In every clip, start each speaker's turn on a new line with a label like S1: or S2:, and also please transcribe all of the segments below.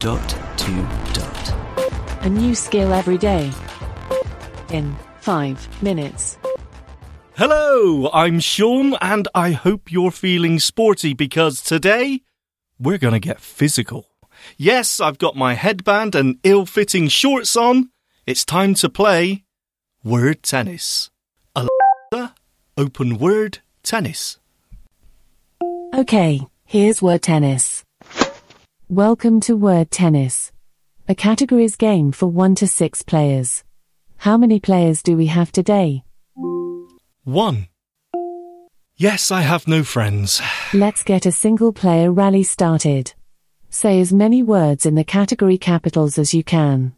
S1: Dot to dot.
S2: A new skill every day. In five minutes.
S3: Hello, I'm Sean, and I hope you're feeling sporty because today we're going to get physical. Yes, I've got my headband and ill fitting shorts on. It's time to play word tennis. Alexa, open word tennis.
S2: Okay, here's word tennis. Welcome to word tennis. A categories game for one to six players. How many players do we have today?
S3: One. Yes, I have no friends.
S2: Let's get a single player rally started. Say as many words in the category capitals as you can.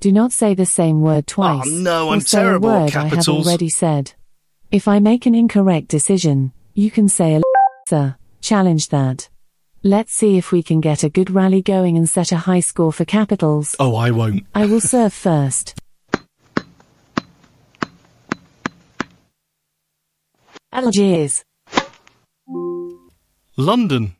S2: Do not say the same word twice.
S3: Oh, no,
S2: or
S3: I'm
S2: say a
S3: terrible at
S2: word I have
S3: capitals.
S2: already said. If I make an incorrect decision, you can say Alexa, challenge that. Let's see if we can get a good rally going and set a high score for capitals.
S3: Oh, I won't.
S2: I will serve first. Algiers,
S3: London.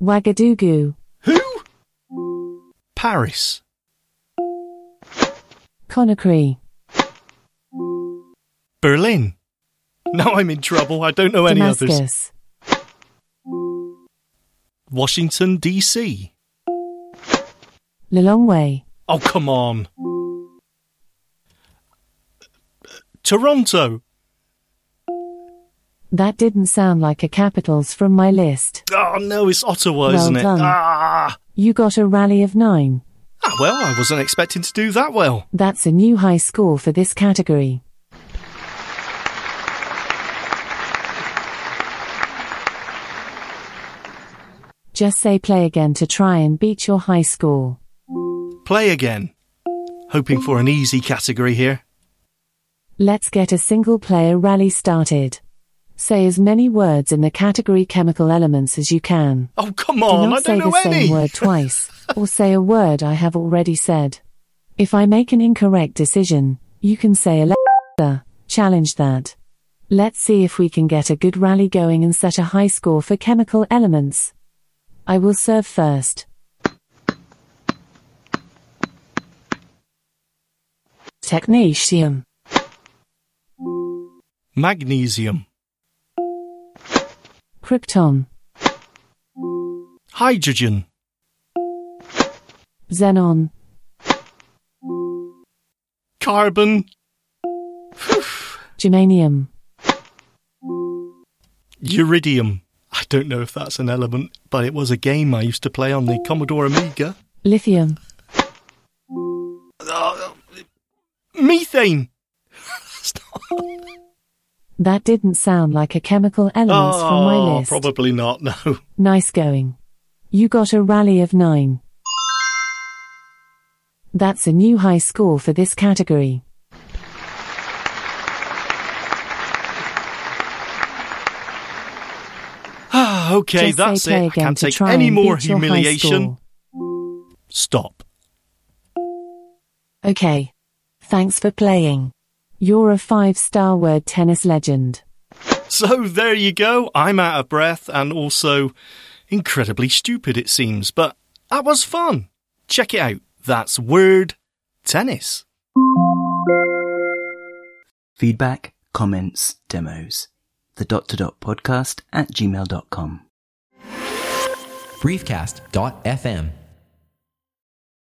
S2: Ouagadougou,
S3: Who? Paris.
S2: Conakry.
S3: Berlin. Now I'm in trouble. I don't know any others.
S2: Damascus,
S3: Washington, D.C.
S2: Lilongwe,
S3: Oh, come on. Toronto.
S2: that didn't sound like a capitals from my list.
S3: Oh, no, it's Ottawa,
S2: Well
S3: isn't it?
S2: done.
S3: Ah.
S2: You got a rally of nine.
S3: ah, well, I wasn't expecting to do that well.
S2: That's a new high score for this category. Just say play again to try and beat your high score.
S3: Play again. Hoping for an easy category here.
S2: Let's get a single player rally started. Say as many words in the category chemical elements as you can.
S3: Oh, come
S2: Do
S3: on,
S2: not
S3: I
S2: say
S3: don't know
S2: the
S3: any.
S2: same word twice, or say a word I have already said. If I make an incorrect decision, you can say Alexa, challenge that. Let's see if we can get a good rally going and set a high score for chemical elements. I will serve first. Technetium,
S3: Magnesium.
S2: Krypton,
S3: Hydrogen.
S2: Xenon,
S3: Carbon.
S2: Germanium,
S3: Uridium. I don't know if that's an element, but it was a game I used to play on the Commodore Amiga.
S2: Lithium,
S3: Methane.
S2: That didn't sound like a chemical elements from my
S3: Oh,
S2: list.
S3: probably not. No.
S2: Nice going. You got a rally of nine. That's a new high score for this category.
S3: Ah, okay,
S2: Just
S3: that's
S2: say play
S3: it. I
S2: again
S3: can't
S2: to
S3: take
S2: try
S3: any
S2: and
S3: more
S2: beat your high
S3: humiliation.
S2: score.
S3: Stop.
S2: Okay. Thanks for playing. You're a five-star word tennis legend.
S3: So there you go. I'm out of breath and also incredibly stupid, it seems. But that was fun. Check it out. That's word tennis.
S1: Feedback, comments, demos. The dot to dot podcast at gmail.com.
S4: briefcast.fm